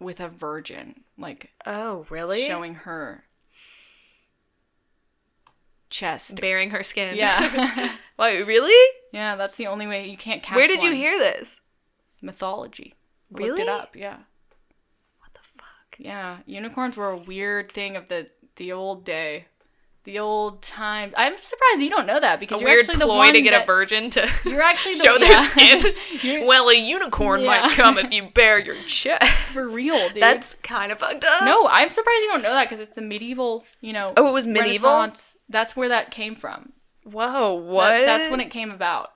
with a virgin, like Oh, really? showing her chest. Bearing her skin. Yeah. Wait, really? yeah, that's the only way you can't catch Where did you one. hear this? mythology? I Looked Really? it up, yeah. What the fuck? Yeah. Unicorns were a weird thing of the the old day. The old times. I'm surprised you don't know that because A you're weird actually the ploy one to get that, a virgin to You're actually the, show their yeah. skin. You're- well, a unicorn might Yeah. come if you bare your chest. for real, dude. That's kind of fucked up. no, I'm surprised you don't know that because it's the medieval, you know. Oh, it was medieval? Renaissance. That's where that came from. Whoa, what? That- that's when it came about.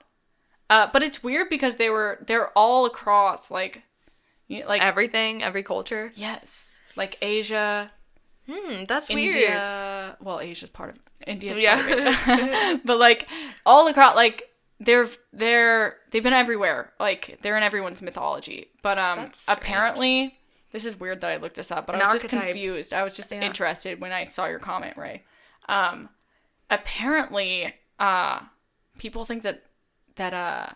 Uh, but it's weird because they were they're all across like, you, like everything, every culture. yes, like Asia, Hmm, that's weird. India. Well, Asia's part of India's Yeah. part of Asia, but like all across, like they're they're they've been everywhere. Like they're in everyone's mythology. But um, That's strange. apparently. This is weird that I looked this up, but An I was just archetype. confused. I was just Yeah. interested when I saw your comment, Ray. Um, apparently, uh, people think that that uh,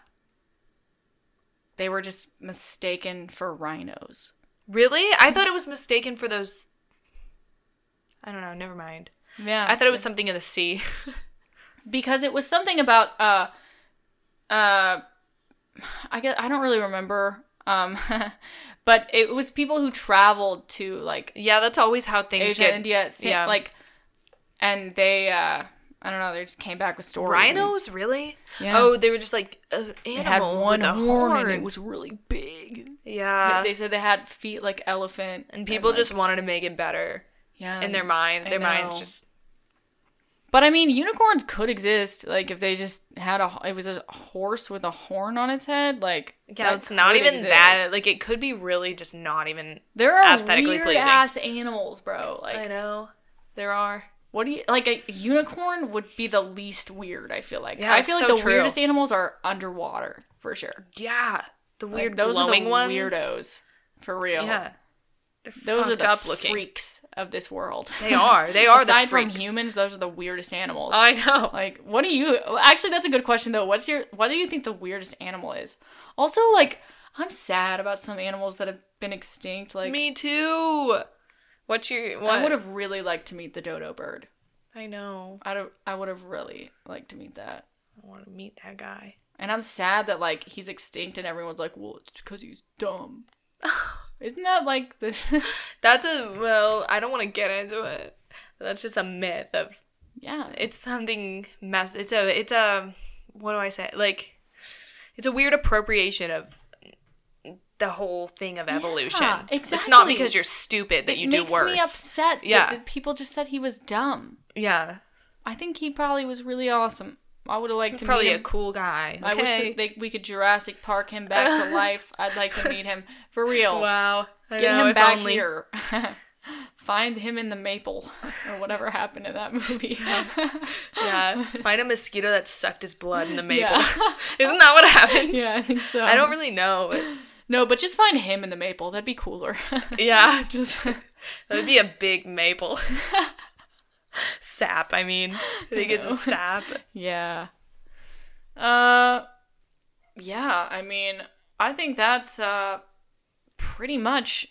they were just mistaken for rhinos. Really? I thought it was mistaken for those. I don't know. Never mind. Yeah, I thought it was something in the sea. because it was something about uh uh I guess I don't really remember um but it was people who traveled to like yeah, that's always how things Asia get. India sa- yeah. like and they uh I don't know they just came back with stories and Rhinos, really? Yeah. Oh, they were just like an animal it had one with a horn, horn. and it was really big yeah. they said they had feet like elephant and people like, just wanted to make it better yeah in their mind. I Their minds know. just But I mean, unicorns could exist. Like if they just had a, it was a horse with a horn on its head. Like Yeah, that it's not could even that. exist. Like it could be really just not even. there are aesthetically weird pleasing. ass animals, bro. Like know there are. what do you like? A unicorn would be the least weird. I feel like. Yeah, I feel it's like so the true. weirdest animals are underwater for sure. Yeah, the Like, weird those are glowing the ones. weirdos for real. Yeah, they're Those are fucked the up looking. freaks of this world. They are. They are Aside the freaks. from humans, those are the weirdest animals. I know. Like, what do you well, actually? That's a good question, though. What's your what do you think the weirdest animal is? Also, like, I'm sad about some animals that have been extinct. Like, Me too. What's your? What? I would have really liked to meet the dodo bird. I know. I'd have- I would have really liked to meet that. I want to meet that guy. And I'm sad that like he's extinct, and everyone's like, well, it's because he's dumb. Isn't that like the? That's a well. I don't want to get into it. That's just a myth of yeah, it's something mess. It's a it's a what do I say? Like it's a weird appropriation of the whole thing of evolution. Yeah, It's not exactly. because you're stupid that it you do makes worse. me upset. Yeah, Yeah. that, that people just said he was dumb. Yeah, I think he probably was really awesome. I would have liked to probably meet a him. cool guy. I wish Okay. that they, we could Jurassic Park him back to life. I'd like to meet him for real. wow. I Get know, him if back only. here. Find him in the maple or whatever happened in that movie. Yeah, find a mosquito that sucked his blood in the maple. Yeah. Isn't that what happened? yeah, I think so. I don't really know. but- no, but just find him in the maple. That'd be cooler. Yeah, just that would be a big maple. sap, I mean. I think it's a sap. yeah. Uh, yeah. I mean, I think that's uh pretty much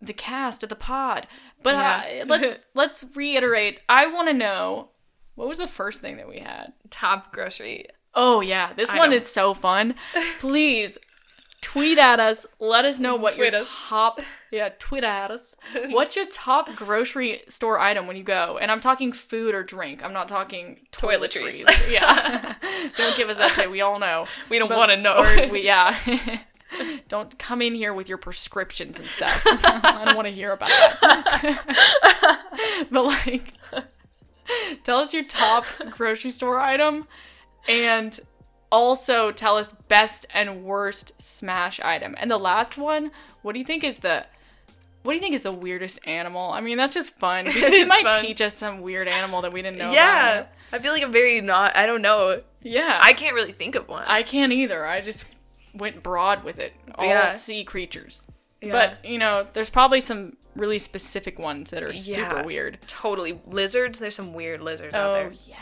the cast of the pod. But Yeah. uh, let's let's reiterate. I want to know what was the first thing that we had. Top grocery. Oh yeah, this I one know. is so fun. Please tweet at us. Let us know what Tweet your us. top yeah tweet at us. What's your top grocery store item when you go? And I'm talking food or drink. I'm not talking toiletries. Toiletries. yeah, don't give us that shit. We all know. We don't But- want to know. or if we yeah. Don't come in here with your prescriptions and stuff. I don't want to hear about that. but like, tell us your top grocery store item, and also tell us best and worst smash item. And the last one, what do you think is the what do you think is the weirdest animal? I mean, that's just fun because you It's might fun. teach us some weird animal that we didn't know. yeah. about. I feel like I'm very not I don't know. yeah. I can't really think of one. I can't either. I just went broad with it. All Yeah. sea creatures. Yeah. But, you know, there's probably some really specific ones that are super Yeah. weird. totally lizards. There's some weird lizards out Oh, there. yeah.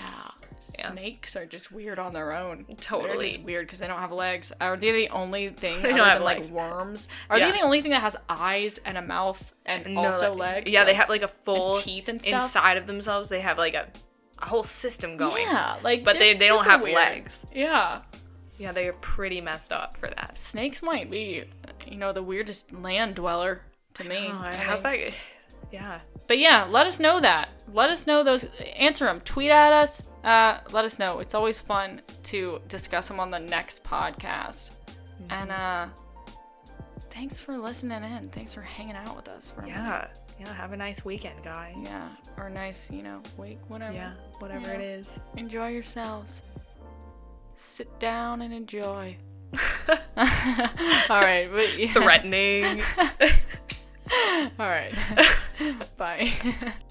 Snakes are just weird on their own. They're Totally. just weird because they don't have legs. Are they the only thing don't other have than like legs. worms? Are Yeah. they the only thing that has eyes and a mouth and No, also like- legs? Yeah, they Like, have like a full teeth and stuff? inside of themselves. They have like a, a whole system going. Yeah, like But they- they're they don't super have weird. legs. Yeah, Yeah, they are pretty messed up for that. snakes might be, you know, the weirdest land dweller to me. Oh, I how's think. that? Yeah. But yeah, let us know that. Let us know those. Answer them. Tweet at us. Uh, let us know. It's always fun to discuss them on the next podcast. And uh, thanks for listening in. Thanks for hanging out with us for a minute. Yeah. Yeah. Have a nice weekend, guys. Yeah. Or nice, you know, week, whatever. Yeah. Whatever it is. Enjoy yourselves. Sit down and enjoy. All right. But yeah. Threatening. All right. Bye.